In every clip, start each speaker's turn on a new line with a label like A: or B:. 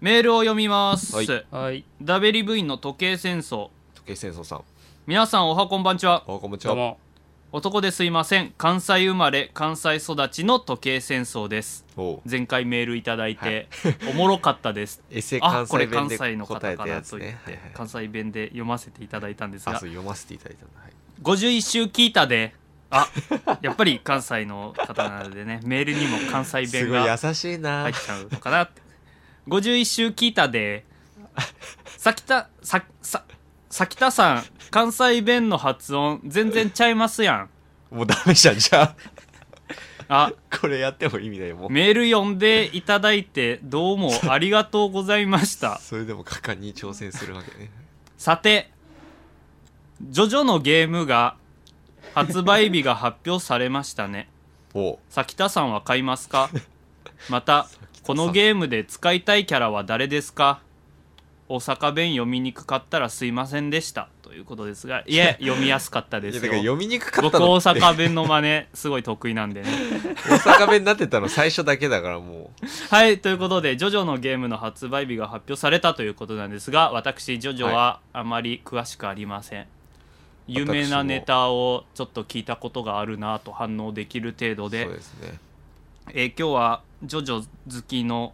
A: メールを読みます、
B: はい
C: はい
A: ダベリ部員の時計戦争
B: 時計戦争さん
A: 皆さんおはこんばんちは
B: おこんにち
C: ど
B: は
C: うも
A: 男ですいません関西生まれ関西育ちの時計戦争です
B: おう
A: 前回メールいただいて、おもろかったです
B: エセ
A: あ
B: 関
A: こ
B: 西
A: れ
B: 弁
A: 関
B: で
A: 西の方
B: 答え
A: か
B: たや
A: な
B: つ
A: と言
B: ね
A: っ
B: はい
A: て
B: はい
A: 関西弁で読ませていただいたんです
B: あ
A: が
B: そう読ませていただいたんだはい
A: 51週聞いたであやっぱり関西の方なのでねメールにも関西
B: す
A: 弁
B: ごい
A: が
B: 優しいな
A: 入っちゃうのかなって51週聞いたでさきたさささきたさん関西弁の発音全然ちゃいますやん
B: もうダメじゃんじゃ
A: あ
B: あこれやっても意味ないもう
A: メール読んでいただいてどうもありがとうございました
B: それでも果敢に挑戦するわけね
A: さて「ジョジョのゲーム」が発売日が発表されましたね
B: おう
A: さきたさんは買います かまたこのゲームで使いたいキャラは誰ですか大阪弁読みにくかったらすいませんでしたということですがい え読みやすかったで
B: いや
A: す
B: だから
A: よ
B: 読みにくかっ
A: 僕
B: たの
A: 大
B: って
A: 阪弁の真似すごい得意なんでね
B: 大阪弁になってたの最初だけだからもう
A: はいということで「ジョジョのゲーム」の発売日が発表されたということなんですが私ジョジョはあまり詳しくありません、有名なネタをちょっと聞いたことがあるなと反応できる程度で
B: そうですね
A: えー今日はジョジョ好きの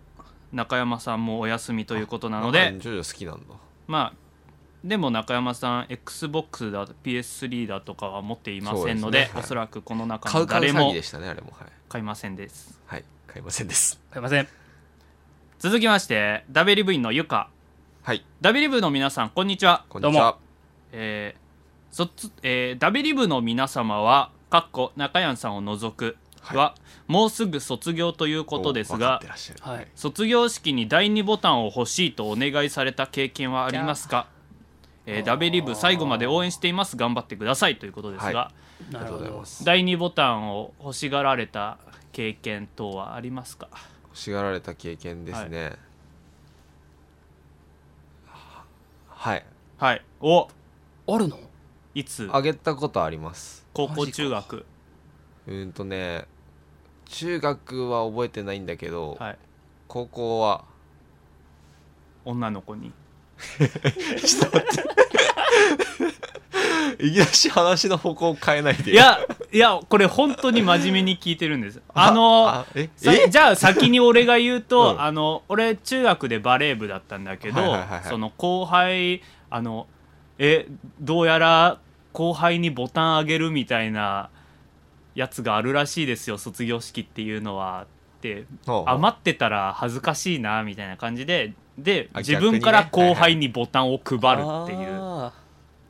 A: 中山さんもお休みということなの
B: な
A: で
B: んかジョジョ好きなんだ
A: まあでも中山さん XBOX だ PS3 だとかは持っていませんの
B: そう
A: で
B: ですねはい
A: おそらくこの中
B: 買
A: の
B: う買う
A: 誰
B: 詐
A: も
B: 欺でしたねあれもはい
A: 買いませんです
B: はい買いませんです
C: すいません
A: 続きましてダベリ部員のゆか
B: はい
A: ダベリ部の皆さんこんにちは
B: こんにちは
A: えーそっつえーダベリ部の皆様はかっこ中山さんを除くは、もうすぐ卒業ということです
B: お分かっ
A: が
B: てらっしゃる
C: はい
A: 卒業式に第2ボタンを欲しいとお願いされた経験はありますか、えーダベリブ最後まで応援しています頑張ってくださいということですが、
B: はあ
C: な
B: り
C: る
B: がとう
C: ほ
B: ございま
C: ど
B: す
A: 第2ボタンを欲しがられた経験等はありますか
B: 欲しがられた経験ですねはい、
A: はいお
C: あるの
A: いつ
B: あげたことあります
A: 高校中学
B: うーんとね中学は覚えてないんだけど、
A: はい
B: 高校は
A: 女の子に
B: いきなり話の方向を変えないで
A: いやいやこれ本当に真面目に聞いてるんですあの
B: あえ
A: さ
B: え
A: じゃあ先に俺が言うと、
B: うん
A: あの俺中学でバレー部だったんだけど、
B: はいはいはいはい
A: その後輩あのえどうやら後輩にボタンあげるみたいなやつがあるらしいですよ卒業式っていうのはって
B: ほう
A: 余ってたら恥ずかしいなみたいな感じでで
B: あ
A: 自
B: 逆にね
A: 分から後輩にボタンを配るっていう、
C: あ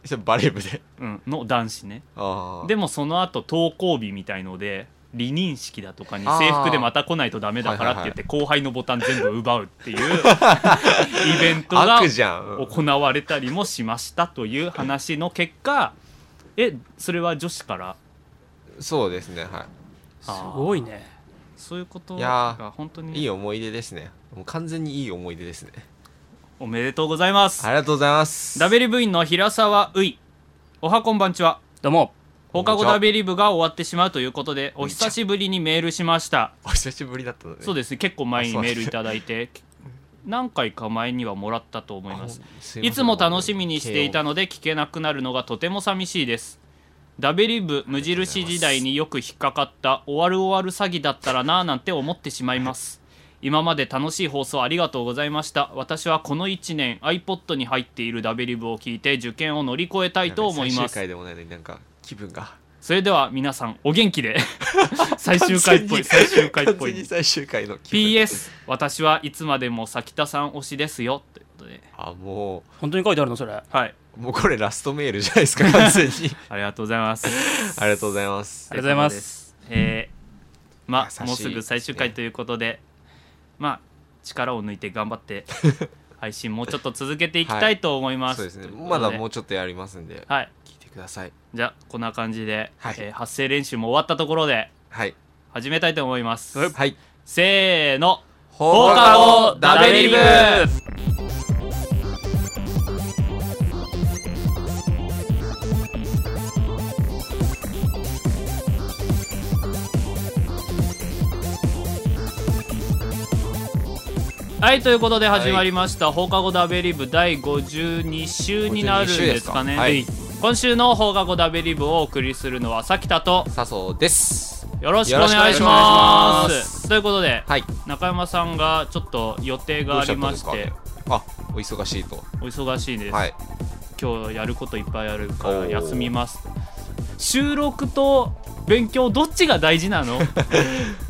B: それバレー部で
A: うん、の男子ね
B: あー
A: でもその後登校日みたいので離任式だとかに制服でまた来ないとダメだからって言って後輩のボタン全部奪うっ ていうイベントが
B: 悪じゃんうん
A: 行われたりもしましたという話の結果えそれは女子から
B: そうですねは
C: ーすごいね
A: そういうこと
B: いやー
A: が本当
B: いい
A: に
B: い思い出ですねもう完全にいい思い出ですね
A: おめでとうございます
B: ありがとうございます
A: ダベリ部員の平沢ういおはこんばんちは
C: どうも
A: 放課
B: こ
A: 後
B: んにちは
A: ダベリ部が終わってしまうということでお久しぶりにメールしました
B: お久しぶりだったのね
A: そう
B: で
A: ですね結構前にメールいただいて何回か前にはもらったと思います
B: す
A: いつも楽しみにしていた
B: の
A: ので聞けなくなるのがとても寂しいですダベリブ無印時代によく引っかかった終わる終わる詐欺だったらなぁなんて思ってしまいます今まで楽しい放送ありがとうございました私はこの1年 iPod に入っているダベリブを聞いて受験を乗り越えたいと思いま
B: 最終回
A: す
B: でもないのになんか気分が
A: それでは皆さんお元気で 最終回っぽい
B: 完
A: 最
B: 全に
A: 終回っぽ
B: 完全
A: い
B: に最終回の気分
A: PS 私はいつまでも咲田さん推しですよということで
B: あも
C: 本当に書いてあるのそれ
A: はい
B: うんもうこれラストメールじゃないですか完全に
A: ありがとうござい ます
B: ありがとうございます
C: ありがとうございます
A: えーま
B: 優し
A: あ
B: い
A: もうすぐ最終回ということでまあ力を抜いて頑張って 配信もうちょっと続けていきたいと思います、
B: そうですね
A: といこと
B: まだもうちょっとやりますんで
A: はい
B: 聞いてください
A: じゃあこんな感じで、
B: はい
A: えー発声練習も終わったところで
B: はい
A: 始めたいと思います、
B: はい
A: せーの
B: 放課後ダベリブ
A: ははいということで始まりました、放課後ダベリブ第52週になるん
B: 52週
A: ですかね
B: ですかはい
A: 今週の放課後ダベリブをお送りするのはさきたと
B: 笹生です
A: よろしくお願いしま
B: よろしくお願い
A: す
B: します
A: ということで、
B: はい
A: 中山さんがちょっと予定
B: ど
A: が
B: う
A: あ
B: しちゃ
A: り
B: ったん
A: ま
B: です
A: し
B: か
A: て
B: あお忙しいと
A: お忙しいです、
B: はい
A: 今日やることいっぱいあるか
B: お
A: ら
B: ー
A: 休みます収録と勉強どっちが大事な の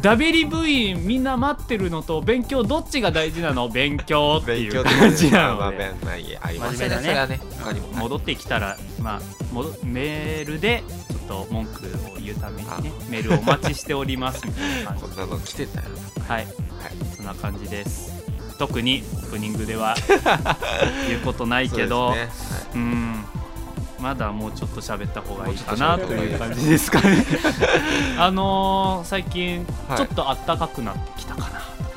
A: ダベリ部員みんな待ってるのと勉強どっちが大事なの勉強ってい
B: 勉
A: う
B: 強
A: 感じな
B: まあ
A: ので
B: まあいいあります
C: 真面目だね
B: それはね他にも
A: 戻ってきたら、まあ、戻メールでちょっと文句を言うためにねメールお待ちしておりますみたいな感
B: こんなの来てたよ
A: じはい
B: はい
A: そんな感じです特にオープニングで は言うことないけど
B: そうですね
A: うんまだもうちょっと喋った方がいいか
B: も
A: な
B: うちょっ
A: と
B: と喋
A: い
B: っ
A: う
B: た方がいい
A: 感じですか ねあのー最近
B: はい
A: ちょっと暖かくなってきたかな、
B: はい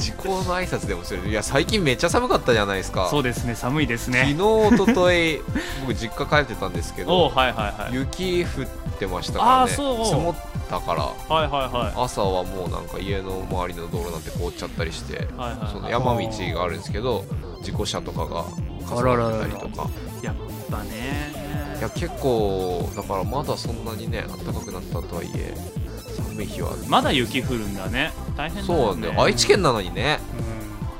B: 時効の挨拶でもするいや最近めっちゃ寒かったじゃないですか
A: そうですね寒いです
B: 昨
A: ね
B: 日一昨日 僕実家帰ってたんですけ
A: おう
B: ど
A: はいはいはい
B: 雪降ってましたから
A: あー
B: ね
A: そう
B: 積もったから
A: はいはいはい
B: 朝はもうなんか家の周りの道路なんて凍っちゃったりして、
A: はいはい
B: その山道があるんですけど事故車とかが重なってたりとか
A: やっぱね
B: いや結構だからまだそんなにね暖かくなったとはいえ寒い日は
A: まだ雪降るんだね大変だ
B: そうな
A: よ
B: ん
A: ね
B: だよ愛知県なのにね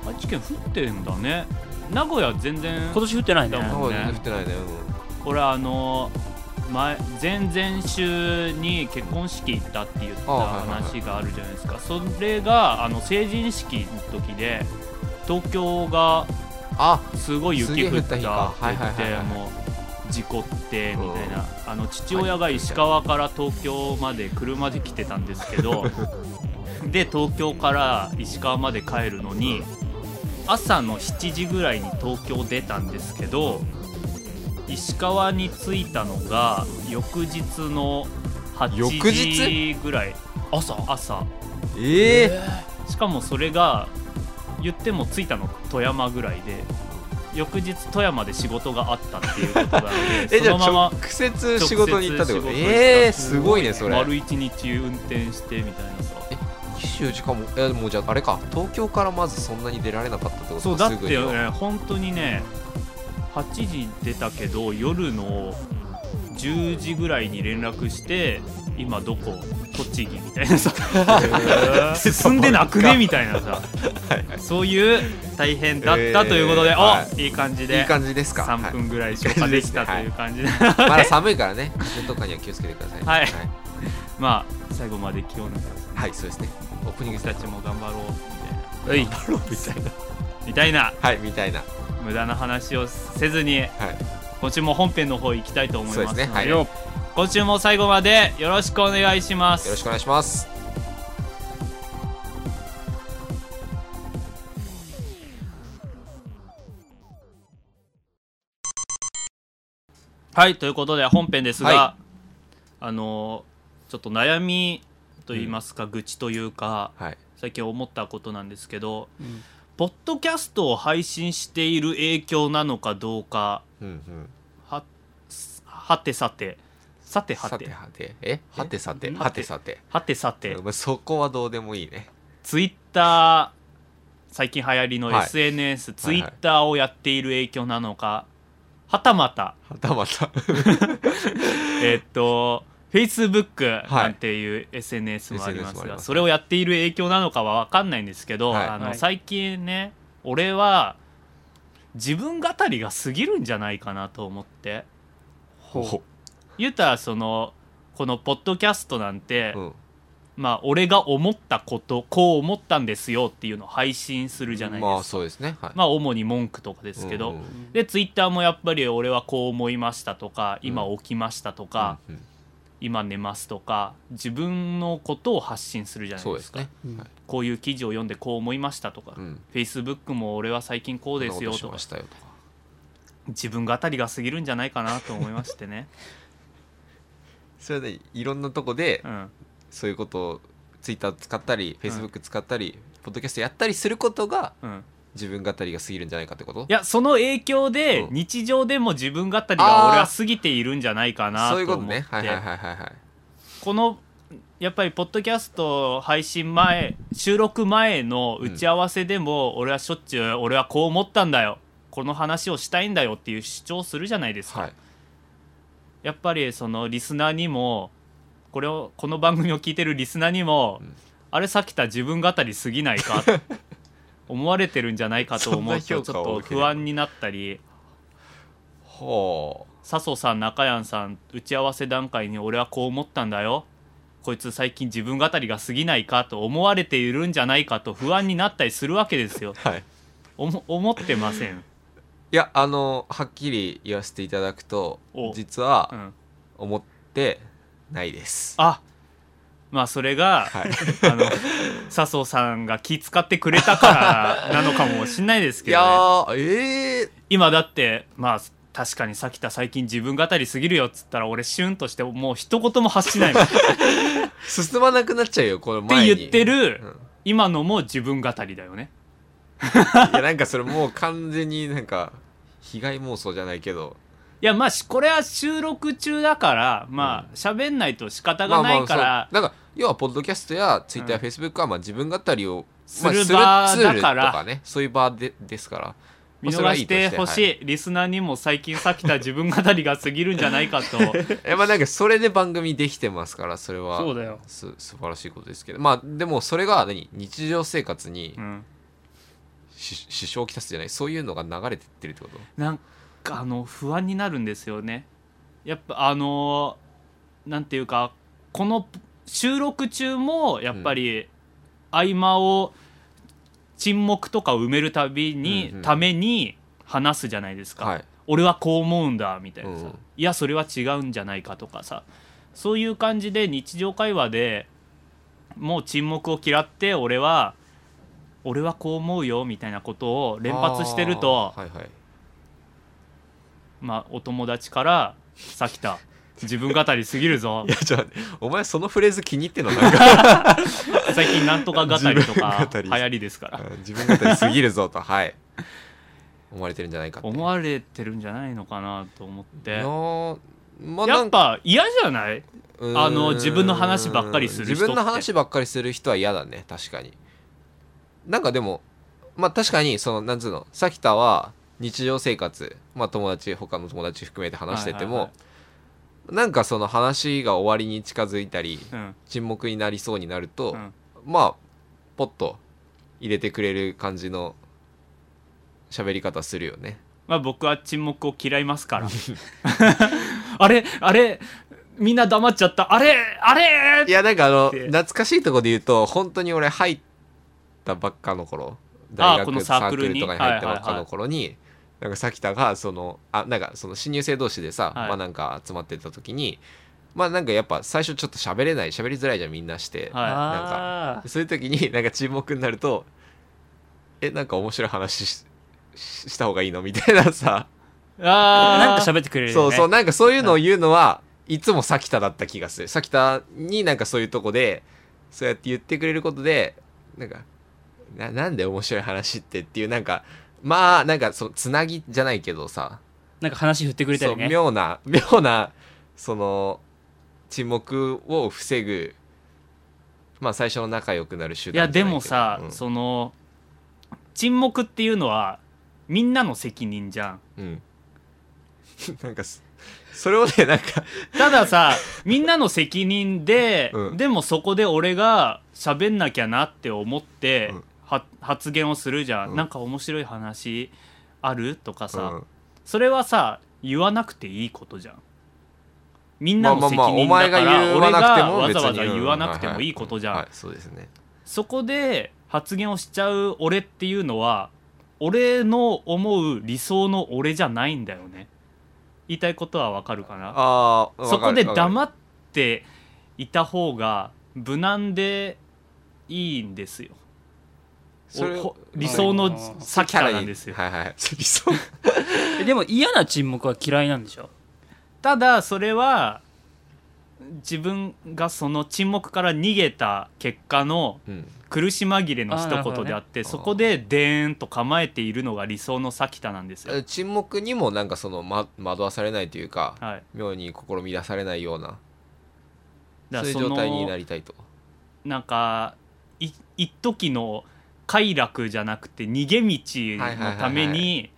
C: うん
A: 愛知県降ってんだね名古屋全然
C: 今年降ってないね
A: だもん
B: 名古屋で降ってないね
A: 俺あの前前々週に結婚式行ったって言った
B: あはいはいはい
A: 話があるじゃないですかそれがあの成人式の時で東京が
B: うんあ
A: すごい雪降ったって
B: すげえ降った日
A: 言
B: かはいはい
A: っ
B: はい
A: て
B: はい
A: もう事故ってみたいなあの父親が石川から東京まで車で来てたんですけ どで東京から石川まで帰るのに朝の7時ぐらいに東京出たんですけど石川に着いたのが翌日の8
B: 翌
A: 時
B: 日
A: ぐらい
C: 朝
A: 朝
B: ええ
A: しかもそれが言っても着いたの富山ぐらいで翌日富山で仕事があったっていうことなので
B: えじ
A: そ
B: ゃ
A: のま
B: あ
A: ま
B: 直接仕事に行ったってこと
A: 直接仕事に行った
B: ええすごいねそれ
A: 丸一日運転してみたいなさ
B: 24時間もいやでもじゃああれか東京からまずそんなに出られなかったってこと
A: そうだっ
B: すぐ
A: て
B: には
A: ね本当にね8時出たけど夜の10時ぐらいに連絡して今どこ栃木みたいなさ 進んでなくねみたいなさそういう大変だったということで、
B: えー
A: お、、
B: はい
A: い感じで
B: いい感じですか
A: 3分ぐらい消
B: は
A: 化
B: い
A: できたという感じで、
B: はいまだ寒いからね風邪とかには気をつけてくださいね
A: はい
B: はい、
A: まあ最後まで気を抜かず
B: はいそうですねオープニング
A: 僕
B: スタ
A: た
B: ッチ
A: ち
B: も
A: も頑張ろうみ
C: はい
A: たいな頑張ろうみたいなみたいな
B: はいみたいなは
A: 無駄な話をせずに
B: い
A: 今週も本編の方行きたいと思いますの
B: そう
A: で
B: ですねはい
C: よ
A: 今週も最後までよろしくお願いします
B: よろしくお願いします
A: はいということで本編ですが、
B: は
A: あのーちょっと悩みと言いますか、愚痴というか
B: はい
A: 最近思ったことなんですけどポッドキャストを配信している影響なのかどうか
B: うんうん
A: ははてさてさては
B: さて
A: て
B: はてえはてさて
A: ん
B: はてさて
A: はてさて
B: うんまあそこはどうでもいいね
A: ツイッター最近流行りの
B: はい
A: SNS、
B: は
A: ツ
B: い
A: イ
B: はい
A: ッターをやっている影響なのかはたまた
B: はたまた
A: えーっと Facebook
B: はい
A: なんていう SNS もあります
B: SNS もあ
A: が、
B: ります
A: それをやっている影響なのかは分かんないんですけど、
B: はい
A: あの
C: はい
A: 最近ね俺は自分語りが過ぎるんじゃないかなと思って
C: ほう
A: 言うたらそのこのポッドキャストなんて、
B: うん
A: まあ俺が思ったことこう思ったんですよっていうのを配信するじゃないですか、
B: ま
A: ま
B: あ
A: あ、
B: そうですねはい
A: 主に文句とかですけど、
B: うんうん
A: でツイッターもやっぱり俺はこう思いましたとか今起きましたとか、
B: うんうん
A: 今寝ますとか自分のことを発信するじゃない
B: そう
A: で
B: ですす
A: か
B: ね
C: うん
B: はい
A: こういう記事を読んでこう思いましたとか、
B: うん
A: Facebook も俺は最近こうですよ
B: こんなことし
A: とか
B: ましたよとか
A: 自分語りが過ぎるんじゃないかなと思いましてね、
B: それでいろんなとこで
A: うん、
B: そういうことをツイッター使ったりフェイスブック使ったりポッドキャストやったりすることが
A: うん、
B: 自分語りが過ぎるんじゃないかってこと
A: いやその影響で
B: うん
A: 日常でも自分語りが俺は過ぎているんじゃないかな
B: そういう
A: と
B: こと
A: 思っ
B: ねはいはい
A: て
B: はいはいはい
A: このやっぱりポッドキャスト配信前収録前の打ち合わせでも、俺はしょっちゅう俺はこう思ったんだよこの話をしたいんだよっていう主張するじゃないですか、
B: はい
A: やっぱりそのリスナーにもこれをこの番組を聞いてるリスナーにも、
B: ん
A: あれさっきた自分語りすぎないか って思われてるんじゃないかと思うとちょ
B: そんな評
A: っ
B: 価を
A: と
B: 受ければ
A: 不安になったり
B: は
A: 笹生さん中谷さん打ち合わせ段階に俺はこう思ったんだよこいつ最近自分語りが過ぎないかと思われているんじゃないかと不安になったりするわけですよ
B: あはい
A: おも思ってません、
B: いやあのはっきり言わせていただくと
A: お
B: 実
A: う
B: は
A: ん、
B: 思ってないです、
A: あまあそれが、
B: はい
A: あの笹生さんが気使ってくれたからなのかもしんないです
B: い
A: けど、
B: や
A: ね、
B: ーええ
A: 今だってまあ確かにさきた最近自分語りすぎるよっつったら俺シュンとしてもう一言も発しないもんって
B: 進まなくなっちゃうよこの前に
A: 言ってる、
B: うん
A: 今のも自分語りだよね
B: いやなんかそれもう完全になんか被害妄想じゃないけど
A: いやまあしこれは収録中だからまあ喋んないと仕方がないから、
B: そうなんか要はポッドキャストやツイッターやフェイスブックはまあ自分語りを、
A: する
B: まあ
A: 場
B: ツール
A: だ
B: と
A: から
B: かねそういう場でですから
A: 見逃してほしい
B: まあそれはい
A: リスナーにも最近さきた自分語りが過ぎるんじゃないかと
B: としてはいえまあなんかそれで番組できてますからそれは
C: そうだよ
B: す素晴らしいことですけどまあでもそれが何日常生活に
A: うん
B: し支障をきたすじゃないそういうのが流れてってるってこと
A: なんかあの不安になるんですよねやっぱあのーなんていうかこの収録中もやっぱり合間を沈黙とかを埋めるたびに、
B: うんうん
A: ために話すじゃないですか、
B: はい
A: 俺はこう思うんだみたいなさ、
B: うん
A: いやそれは違うんじゃないかとかさそういう感じで日常会話でもう沈黙を嫌って俺は俺はこう思うよみたいなことを連発してると
B: あーはいはい
A: まあ、お友達から「さきた自分語りすぎるぞ
B: いやちょっと待ってお前そのフレーズ気に入ってんのな んか
A: 最近なんとか語りとか
B: 自分
A: 流
B: 語り
A: 行りですから
B: うん自分語りすぎるぞとはい思われてるんじゃないかって
A: 思われてるんじゃないのかなと思って
B: いやーまあ
A: や
B: な
A: っ
B: んか
A: ぱ嫌じゃないう
B: ーん
A: あの自分の話ばっかりする人って
B: 自分の話ばっかりする人は嫌だね確かになんかでもまあ確かにそのなんつうのさきたは日常生活まあ友達他の友達含めて話してても、
A: はいは
B: なんかその話が終わりに近づいたり
A: うん
B: 沈黙になりそうになると、
A: うん
B: まあポッと入れてくれる感じの喋り方するよね
A: まあ僕は沈黙を嫌いますから あれあれみんな黙っちゃったあれあれ
B: いやなんか あの
A: で
B: 懐かしいところで言うと本当に俺入ったばっかの頃
A: あー
B: 大学
A: このサ
B: サ
A: ーク
B: ーク
A: ル
B: ル
A: に
B: とかに入ったばっかの頃になんかさきたがそのあなんかその新入生同士でさ、
A: はい
B: まあなんか集まってた時にまあなんかやっぱ最初ちょっと喋れない喋りづらいじゃんみんなして、
A: はい
C: あー
B: そういう時になんか沈黙になるとえなんか面白い話ししした方がいいのみたいなさ、
A: あー
C: なんか喋ってくれる
B: そ
C: よ
B: う
C: ね
B: そうなんかそういうのを言うのはいつもさきただった気がするさきたになんかそういうとこでそうやって言ってくれることでなんかななんで面白い話ってっていうなんかまあなんかそのつなぎじゃないけどさ、
C: なんか話振ってくれた
B: そう
C: りね
B: 妙な 妙なその沈黙を防ぐまあ最初の仲良くなる手
A: いや
B: 段じ
A: で
B: ゃなけど
A: もさ、
B: うん
A: その沈黙っていうのはみんなの責任じゃん
B: うん。 なんかす、それをね、なんか、
A: ただ さみんなの責任で、
B: うん
A: でもそこで俺が喋んなきゃなって思って、
B: うん
A: は発言をするじゃん、
B: うん
A: なんか面白い話あるとかさ、
B: うん
A: それはさ言わなくていいことじゃんみんな
B: まあ
A: の
B: まあ
A: 責
B: まあ、お
A: 任だ
B: 前
A: か
B: が
A: ら、
B: 言わ
A: 俺が
B: なくても
A: わ
B: 別
A: ざ
B: に、
A: わざ言わなくて
B: う
A: も
B: ん
A: いいことじゃん、
B: はいはいそうですね。
A: そこで発言をしちゃう俺っていうのは俺の思う理想の俺じゃないんだよね言いたいことはわかるかな
B: ああ、
A: そこで
B: っ
A: 黙っていた方が無難でいいんですよおほ理想
C: あ
A: の
C: ー
A: サッカーなんですよ
B: はいはい。理想。
C: えでも嫌な沈黙は嫌いなんでしょ
A: ただそれは自分がその沈黙から逃げた結果の
B: うん。
A: 苦し紛れの
C: あーなる
A: 一
C: ほど
A: 言
C: ね
A: であって
B: ー
A: そこででーんと構えているのが理想のサキタなんですよ、
B: 沈黙にもなんかその、ま、惑わされないというか、
A: はい、
B: 妙に試み出されないよう
A: だから
B: な。そういう
A: そ
B: 状
A: の
B: 態になりたいと
A: なんかい一時の快楽じゃなくて逃げ道のため
B: はいはいはいは
A: に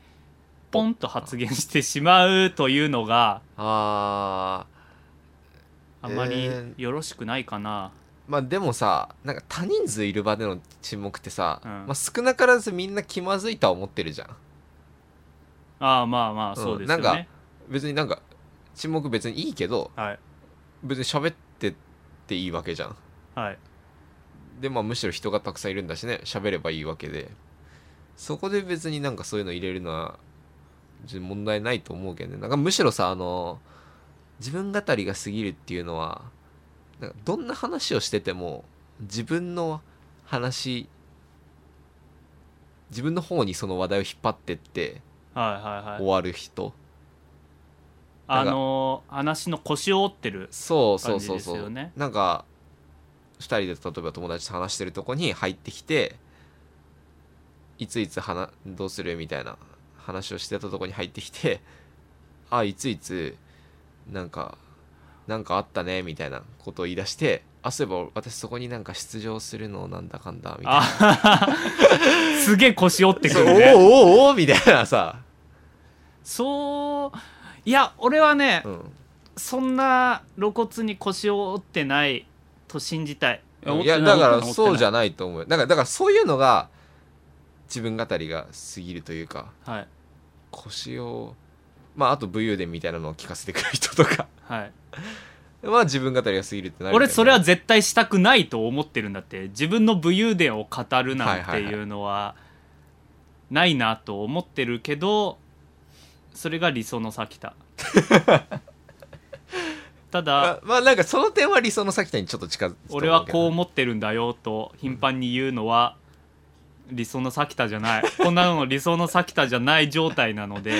A: ポンと発言してしまうというのが
B: あー
A: あまり
B: えー
A: よろしくないかな、
B: まあでもさなんか他人数いる場での沈黙ってさ、
A: うん
B: まあ、少なからずみんな気まずいとは思ってるじゃん
A: ああまあまあそうですよ
B: なん
A: ね、
B: 別になんか沈黙別にいいけど
A: はい
B: 別に喋ってっていいわけじゃん
A: はい
B: でまあむしろ人がたくさんいるんだしね喋ればいいわけでそこで別になんかそういうの入れるのは別に問題ないと思うけどねなんかむしろさあの自分語りが過ぎるっていうのはなんかどんな話をしてても自分の話自分の方にその話題を引っ張ってって
A: はいはい
B: 終
A: はい
B: わる人、
A: あのー話の腰を折ってる
B: そうそうそう
A: 感じ
B: そ
A: ですよ
B: う、
A: ね
B: なんか2人で例えば友達と話してるとこに入ってきていついつ話どうするみたいな話をしてたとこに入ってきて あいついつなんかなんかあったねみたいなことを言い出してあそういえば私そこになんか出場するのなんだかんだみたい
A: あ
B: な
A: ははすげえ腰折ってく
B: そう
A: る
B: お
A: ね
B: おおおみたいなさ、
A: そういや俺はね、
B: うん、
A: そんな露骨に腰を折ってないと信じたい
B: いやだからそうじゃ
C: ん
B: ないと思うよだからだからそういうのが自分語りが過ぎるというか
A: はい
B: 腰をまああと武勇伝みたいなのを聞かせてくる人とか
A: はい
B: まあ自分語りが過ぎるってなるけど
A: 俺それは絶対したくないと思ってるんだって自分の武勇伝を語るなんていうのはないなと思ってるけどそれが理想の先だただ
B: まあまあなんかその点は理想の先田にちょっと近づいてたと思うけ
A: 俺
B: ど
A: はこう思ってるんだよと頻繁に言うのは理想の先田じゃないこんなの理想の先田じゃない状態なので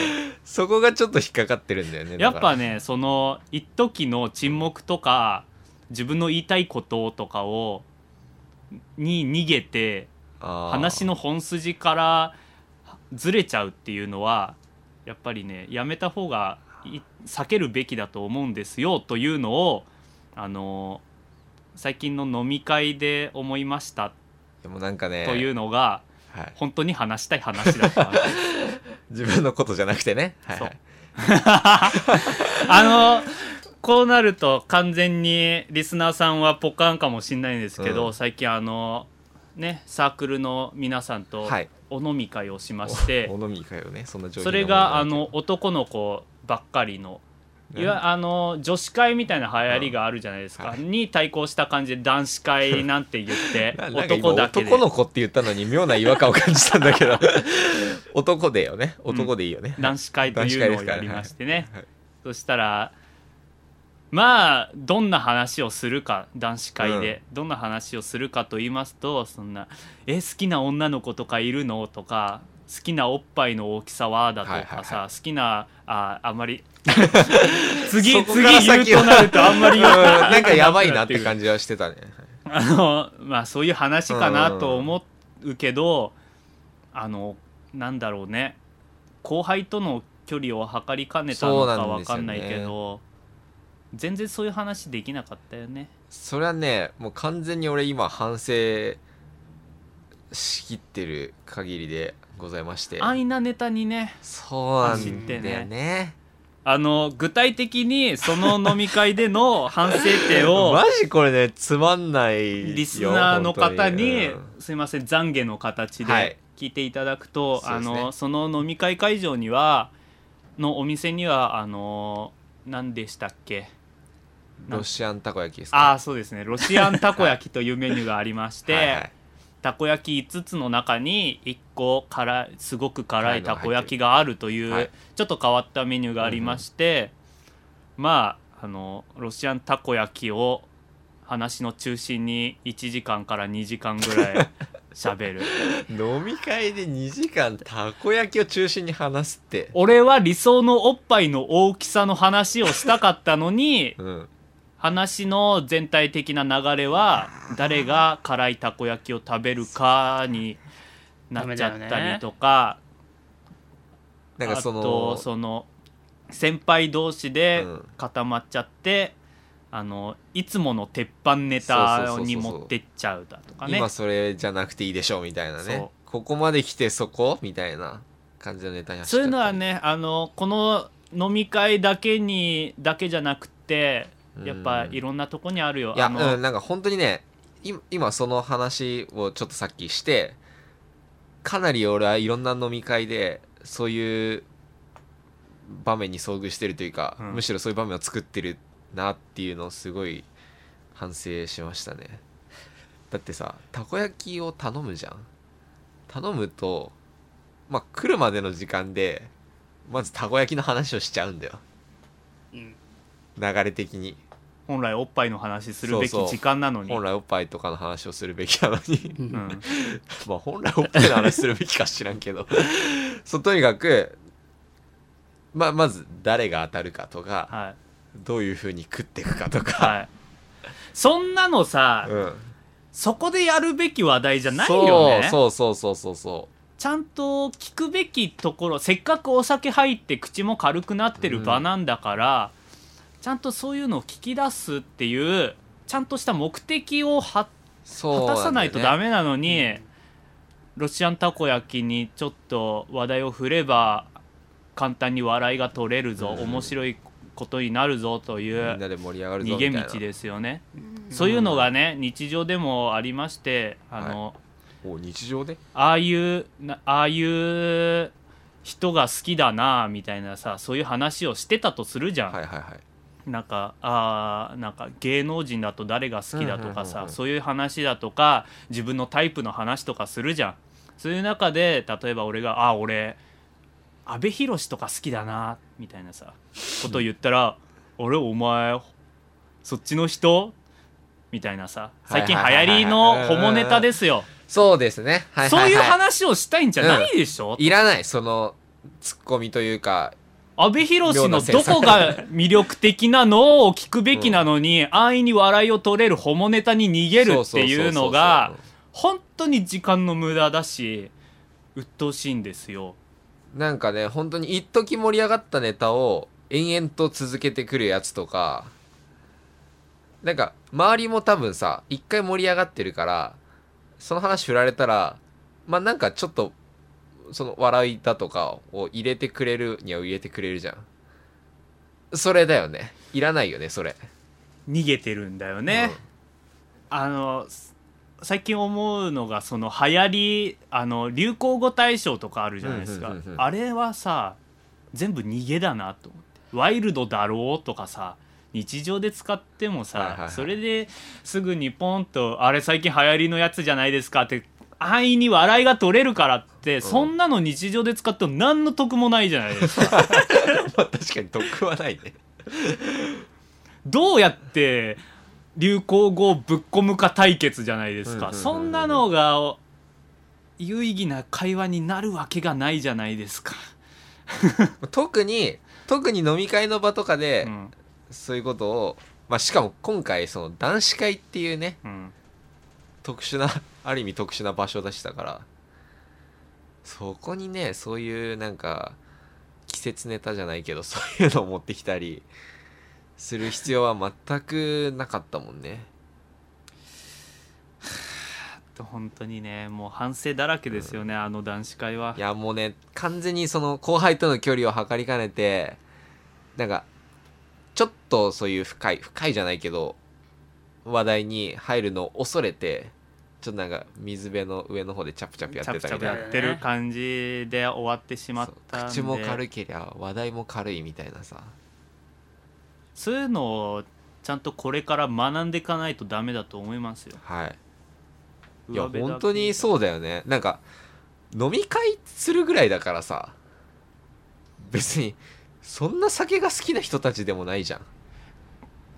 B: そこがちょっと引っかかってるんだよね
A: やっぱ
B: ね
A: ねその一時の沈黙とか自分の言いたいこととかをに逃げて話
B: の
A: の本筋からずれちゃうっていうのはやっぱりねやめた方がい避けるべきだと思うんですよというのをあの最近の飲み会で思いました
B: でもなんかね
A: というのが
B: はい、
A: 本当に話したい話だったんです
B: 自分のことじゃなくてね、はい
A: そ
B: は
A: う
B: い、
A: あのこうなると完全にリスナーさんはポカンかもしれないんですけど、
B: うん
A: 最近あのねサークルの皆さんと
B: はい
A: お飲み会をしまして、
B: おお飲み会をねそんな状況
A: それがあの男の子ばっかりの。いわあの女子会みたいな流行りがあるじゃないですか、
B: うんはい
A: に対抗した感じで男子会なんて言って
B: ななんか今
A: 男だけで
B: 男の子って言ったのに妙な違和感を感じたんだ けど男でよね
A: ん
B: 男でいいよね、
A: 男子会というのをやりましてね、そしたらまあどんな話をするか男子会で、どんな話をするかと言いますとそんな「え好きな女の子とかいるの?」とか「好きなおっぱいの大きさは?」だと
B: はいはいは
A: か
B: い
A: さ、好きなああんま り次
B: そこか
A: 次
B: ら先
A: 言
B: は
A: うとなるとあんまり
B: うん
A: 言わい
B: なんかやばいなって感
A: じ
B: じはしてたね
A: あのまあそういう話かなと思うけど、あのなんだろうね後輩との距離を測りかねたのかわかんないけ
B: そうなんです
A: ど、全然そういう話できなかったよね
B: それはねもう完全に俺今反省しきってる限りでございまして
A: 安易なネタにね
B: そうな
A: 走っ
B: んだ
A: て
B: よ
A: ね
B: ね
A: あの具体的にその飲み会での反省点 を
B: マジこれねつまんないよ
A: リスナーの方に
B: 本
A: すいません懺悔の形
B: はい
A: で聞いていただくと、
B: そうで
A: あ
B: すね
A: のその飲み会会場にはのお店にはあの何でしたっけ
B: 当にうんロシアンたこ焼きです
A: あ
B: か
A: あそうですねロシアンたこ焼きというメニューがありま して
B: はいはい
A: たこ焼き5つの中に1個辛いすごく辛いたこ焼きがあるという、
B: はい
A: ちょっと変わったメニューがありまして、まああのロシアンたこ焼きを話の中心に1時間から2時間ぐらい喋 る
B: 飲み会で2時間たこ焼きを中心に話すって
A: 俺は理想のおっぱいの大きさの話をしたかったのに
B: うん
A: 話の全体的な流れは誰が辛いたこ焼きを食べるかになっちゃったりとか、
B: なんかそ
A: あと
B: の
A: その先輩同士で
B: うん
A: 固まっちゃって、あのいつもの鉄板ネタに持ってっちゃうだとかね
B: 今それじゃなくていいでしょうみたいな
A: そう
B: ねここまで来てそこみたいな感じのネタに走
A: そういうのは
B: ね、
A: ねあのこの飲み会だけにだけじゃなくてやっぱ
B: うん
A: いろんなとこにあるよ
B: いや
A: あの、
B: うんなんか本当にね今今その話をちょっとさっきしてかなり俺はいろんな飲み会でそういう場面に遭遇してるというか、
A: うん
B: むしろそういう場面を作ってるなっていうのをすごい反省しましたねだってさたこ焼きを頼むじゃん頼むとまあ来るまでの時間でまずたこ焼きの話をしちゃうんだよ
C: うん
B: 流れ的に
A: 本来おっぱいの話するべき
B: そうそう
A: 時間なのに
B: 本来おっぱいとかの話をするべきなのに
A: うん
B: まあ本来おっぱいの話するべきか知らん けどそうとにかくまあまず誰が当たるかとか
A: はい
B: どういう風に食っていくかとか、
A: はいそんなのさ、
B: うん、
A: そこでやるべき話題じゃないよね
B: そうそうそうそうそうそ
A: ちゃんと聞くべきところせっかくお酒入って口も軽くなってる場なんだから、ちゃんとそういうのを聞き出すっていうちゃんとした目的をは
B: うそう
A: 果たさないとダ
B: メ
A: メなのにロシアンたこ焼きにちょっと話題を振れば簡単に笑いが取れるぞ、
B: うん
A: 面白いことになるぞとい
B: みん
A: う
B: なで盛り上がるぞ
A: 逃
B: みた
A: げ
B: いな
A: 道ですよね、そういうのがね日常でもありましてあの、
B: お日常で
A: ああいうなああいう人が好きだなみたいなさそういう話をしてたとするじゃん、
B: はいはいはい
A: なんかあーなんか芸能人だと誰が好きだとか
B: うんうん
A: さ
B: うんうん
A: そういう話だとか自分のタイプの話とかするじゃんそういう中で例えば俺が「あー俺阿部寛とか好きだな」みたいなさこと言ったら「あれお前そっちの人?」みたいなさ最近流
B: はいはいは
A: 行
B: いはい
A: りのホモネタですよ。
B: そうですねはいは
A: そう
B: い、
A: いう
B: は
A: 話をしたいんじゃないでしょ、
B: い、いらないそのツッコミというか
A: 安倍博のどこが魅力的なのを聞くべきなのに、安易に笑いを取れるホモネタに逃げるっていうのが
B: そうそうそうそ
A: 本当に時間の無駄だし鬱陶しいんですよ
B: うなんかね本当に一時盛り上がったネタを延々と続けてくるやつとかなんか周りも多分さ一回盛り上がってるからその話振られたらまあなんかちょっとその笑いだとかを入れてくれるには入れてくれるじゃんそれだよねいらないよねそれ
A: 逃げてるんだよね、あのす最近思うのがその流行りあの流行語大賞とかあるじゃないですか、
B: うんうんうんうん
A: あれはさ全部逃げだなと思ってワイルドだろうとかさ日常で使ってもさ、
B: はいはいはい
A: それですぐにポンと「あれ最近流行りのやつじゃないですか」って安易に笑いが取れるからって、そんなの日常で使っても何の得もないじゃないですか
B: まあ 確かに得はないね
A: どうやって流行語をぶっ込むか対決じゃないですか、
B: うんうんうんうん
A: そんなのが有意義な会話になるわけがないじゃないですか、
B: 特に特に飲み会の場とかで、
A: うん
B: そういうことを、まあ、しかも今回その男子会っていうね
A: うん
B: 特殊な ある意味特殊な場所でしたからそこにねそういうなんか季節ネタじゃないけどそういうのを持ってきたりする必要は全くなかったもんね
A: 本当にねもう反省だらけですよね、あの男子会はい
B: やもうね完全にその後輩との距離を測りかねてなんかちょっとそういう深い深いじゃないけど話題に入るのを恐れてちょっとなんか水辺の上の方でチャプチャプ
A: チ
B: やっ
A: ャ
B: て
A: プチ
B: た
A: ャ
B: み
A: プ
B: た
A: や
B: い
C: チャプチャプ
A: っ
B: な
A: てる感じで終わってしまっ
B: そう
A: たんで
B: 口も軽けりゃ話題も軽いみたいなさ
A: そういうのをちゃんとこれから学んでいかないとダメだと思いますよ
B: はいいや
A: 上辺だけ
B: 本当にそうだよねなんか飲み会するぐらいだからさ別にそんな酒が好きな人たちでもないじゃ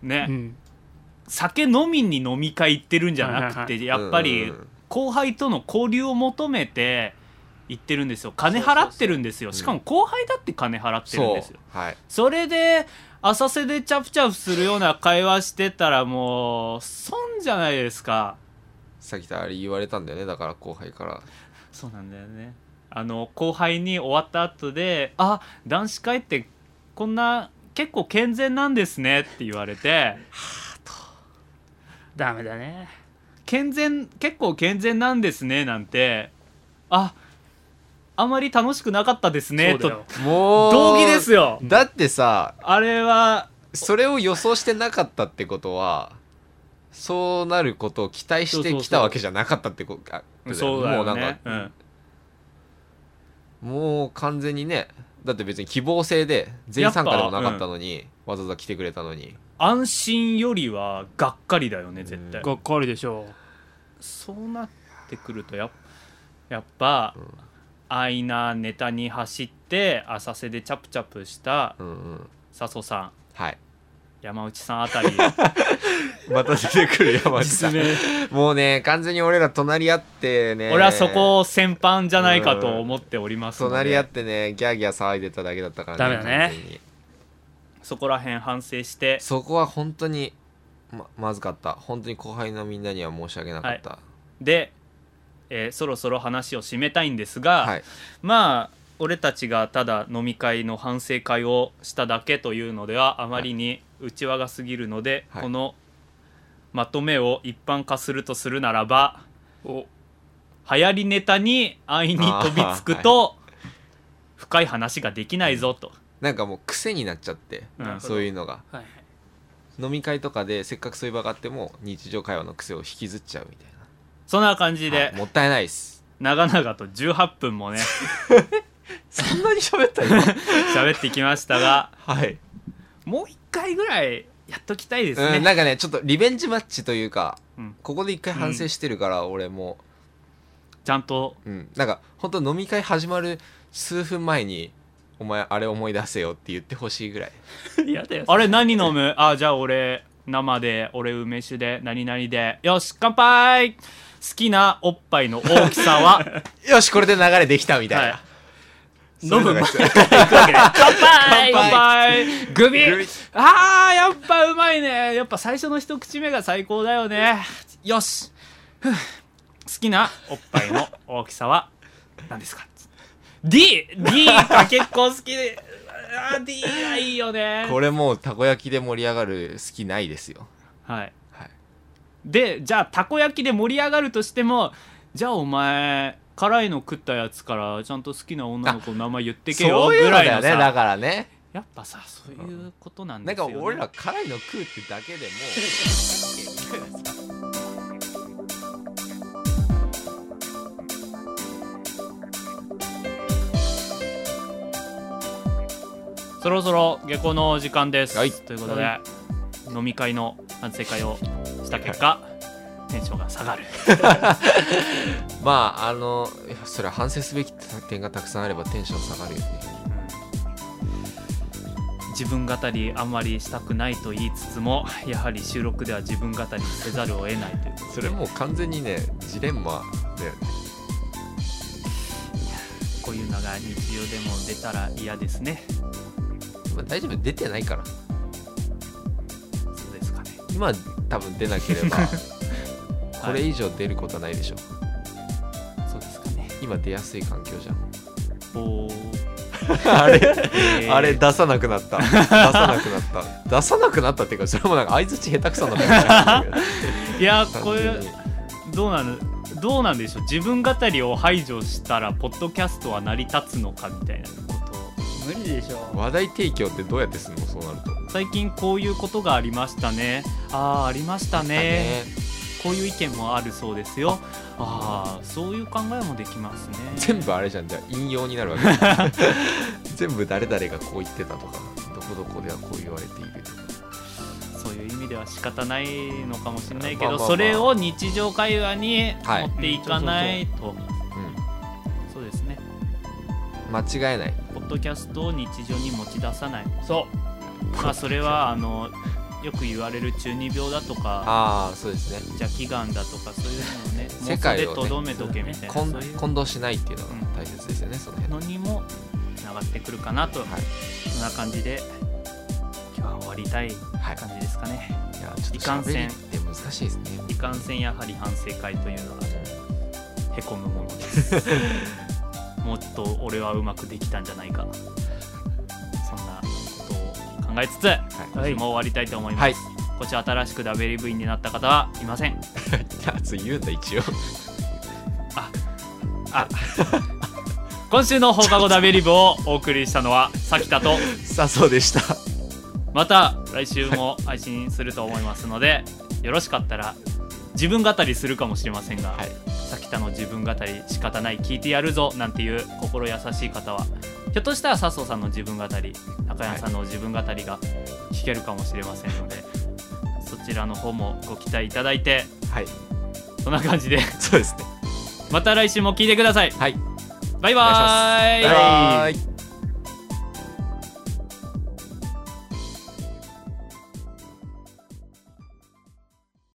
B: ん
A: ね、
C: うん
A: 酒飲みに飲み会行ってるんじゃなくて、
B: はいはい
A: やっぱ
B: うん
A: り
B: うんうん
A: 後輩との交流を求めて行ってるんですよ金払ってるんですよ
B: そう
A: し
B: そうそ
A: か
B: う
A: も後輩だって金払ってるんですよ
B: そうはい
A: それで浅瀬でチャプチャプするような会話してたらもう損じゃないですか
B: さっきあれ言われたんだよねだから後輩 から
A: そうなんだよねあの後輩に終わった後で「あ男子会ってこんな結構健全なんですね」って言われて
C: ダメだね
A: 「健全結構健全なんですね」なんてああまり楽しくなかったですね
C: そうだ
A: と
C: よ
B: もう
A: 同義ですよ
B: だってさ
A: あれは
B: それを予想してなかったってことはそうなることを期待してきたわけじゃなかったってことか
A: そうだよね
B: もうなんか、
A: うん、
B: もう完全にねだって別に希望制で全員参加でもなかったのに、わざわざ来てくれたのに
A: 安心よりはがっかりだよね絶対
C: がっかりでしょう
A: そうなってくるとやっやっぱ、安易なネタに走って浅瀬でチャプチャプした
B: うんうん
A: 笹生さん
B: はい
A: 山内さんあたり
B: また出てくる山内さ
C: 実
B: ん
C: 名
B: もうね完全に俺ら隣り合ってね
A: 俺はそこを先般じゃないかと思っておりますので、
B: 隣り合ってねギャーギャー騒いでただけだったから
C: ダメだね
B: 完全に
A: そこら辺反省して
B: そこは本当にままずかった本当に後輩のみんなには申し訳なかった
A: で、えーそろそろ話を締めたいんです
B: は
A: が、
B: い、
A: まあ俺たちがただ飲み会の反省会をしただけというのではあまりに内輪が過ぎるので、
B: はい
A: このまとめを一般化するとするならば
C: お
A: 流行りネタに安易に飛びつくと、深い話ができないぞと、
B: なんかもう癖になっちゃって、
A: うん
B: そういうのが
C: はい
B: 飲み会とかでせっかくそういう場があっても日常会話の癖を引きずっちゃうみたいな
A: そんな感じで、
B: はいもったいないっす
A: 長々と18分も ね
B: そんなに喋っ た今
A: 喋ってきましたが
B: はい、
A: もう一回ぐらいやっときたいです
B: うん、
A: ね、
B: なんかねちょっとリベンジマッチというか、
A: うん
B: ここで一回反省してるから、俺も
A: ちゃんと
B: うん、なんか本当飲み会始まる数分前に「お前あれ思い出せよ」って言ってほしいぐらい
C: やだよ
A: あれ何飲むあじゃあ俺生で俺梅酒で何々でよし乾杯好きなおっぱいの大きさ は
B: よしこれで流れできたみたいな、
A: は
B: そういうのが必要
C: 乾杯
A: い乾杯グビ
B: グビ
A: あーやっぱうまいねやっぱ最初の一口目が最高だよねよしふう好きなおっぱいの大きさは何ですか ?DD が結構好きであー D はいいよね
B: これもうたこ焼きで盛り上がる好きないですよ
A: はい、
B: はい
A: でじゃあたこ焼きで盛り上がるとしてもじゃあお前辛いの食ったやつからちゃんと好きな女の子の名前言ってけよ
B: そうい
A: ぐ
B: うの
A: らい
B: だ
A: の
B: よ
A: さ
B: ねだからね
A: やっぱさそういうことなん
B: な
A: で
B: ん
A: すよ、
B: か
A: ね、
B: 俺ら辛いの食うってだけでも
A: そろそろ下校の時間です、
B: はい
A: ということで、
C: は
A: 飲み会の反省会をした結果テンションが下がる
B: まああのいやそれは反省すべき点がたくさんあればテンション下がるよね
A: 自分語りあんまりしたくないと言いつつもやはり収録では自分語りせざるを得ないということで
B: それもう完全にねジレンマだよね
A: こういうのが日常でも出たら嫌ですね
B: まあ大丈夫出てないから
A: そうですかね
B: 今多分出なければこれ以上出ることはないでしょう
A: そうですかね
B: 今出やすい環境じゃん
A: おー
B: あれ、
A: えー
B: あれ出さなくなった出さなくなった出さなくなったっていうかそれもなんか相槌下手くそになったみたい
A: いや
B: な
A: これどうなのどうなんでしょう自分語りを排除したらポッドキャストは成り立つのかみたいなこと
C: 無理でしょ
B: 話題提供ってどうやってするのそうなると
A: を最近こういうことがありましたねああありましたねこういう意見もあるそうですよああそういう考えもできますね
B: 全部あれじゃんじゃあ引用になるわけ全部誰々がこう言ってたとかどこどこではこう言われているとか
A: そういう意味では仕方ないのかもしれないけ
B: まあま
A: ど
B: あまあ
A: それを日常会話に
B: はい
A: 持っていかないとそうですね
B: うん間違えない
A: ポッドキャストを日常に持ち出さない、
C: そう
A: まあ、それはあのよく言われる中二病だとか
B: ああそうですね
A: 邪気眼だとかそういうのをね
B: 世界をね
A: もうそれでとどめとけみたいな、
B: 混
A: そういう
B: 混同しないっていうのが大切ですよねその辺
A: のにもつながってくるかなと、
B: はい
A: そんな感じで今日は終わりたい
B: はい
A: 感じですかね
B: いやちょっと喋りって難しいですね
A: いかんせんやはり反省会というのはへこむものです もっと俺はうまくできたんじゃないかそんなことを考えつつ、今
C: はい
A: 週も終わりたいと思います、
B: はい。
A: こちら新しくダベリ部員になった方はいません
B: あ、そう言うんだ、一応。
A: 今週の放課後ダベリ部をお送りしたのはさきたと
B: さあ、そうでした。
A: また来週も配信すると思いますのでよろしかったら自分語りするかもしれませんが、
B: はい
A: さきたの自分語り仕方ない聞いてやるぞなんていう心優しい方はひょっとしたら笹生さんの自分語り中山さんの自分語りが聞けるかもしれませんので、そちらの方もご期待いただいて
B: はい。
A: そんな感じで
B: そうですね。
A: また来週も聞いてください
B: はい。
A: バイバーイ
B: バイバーイ。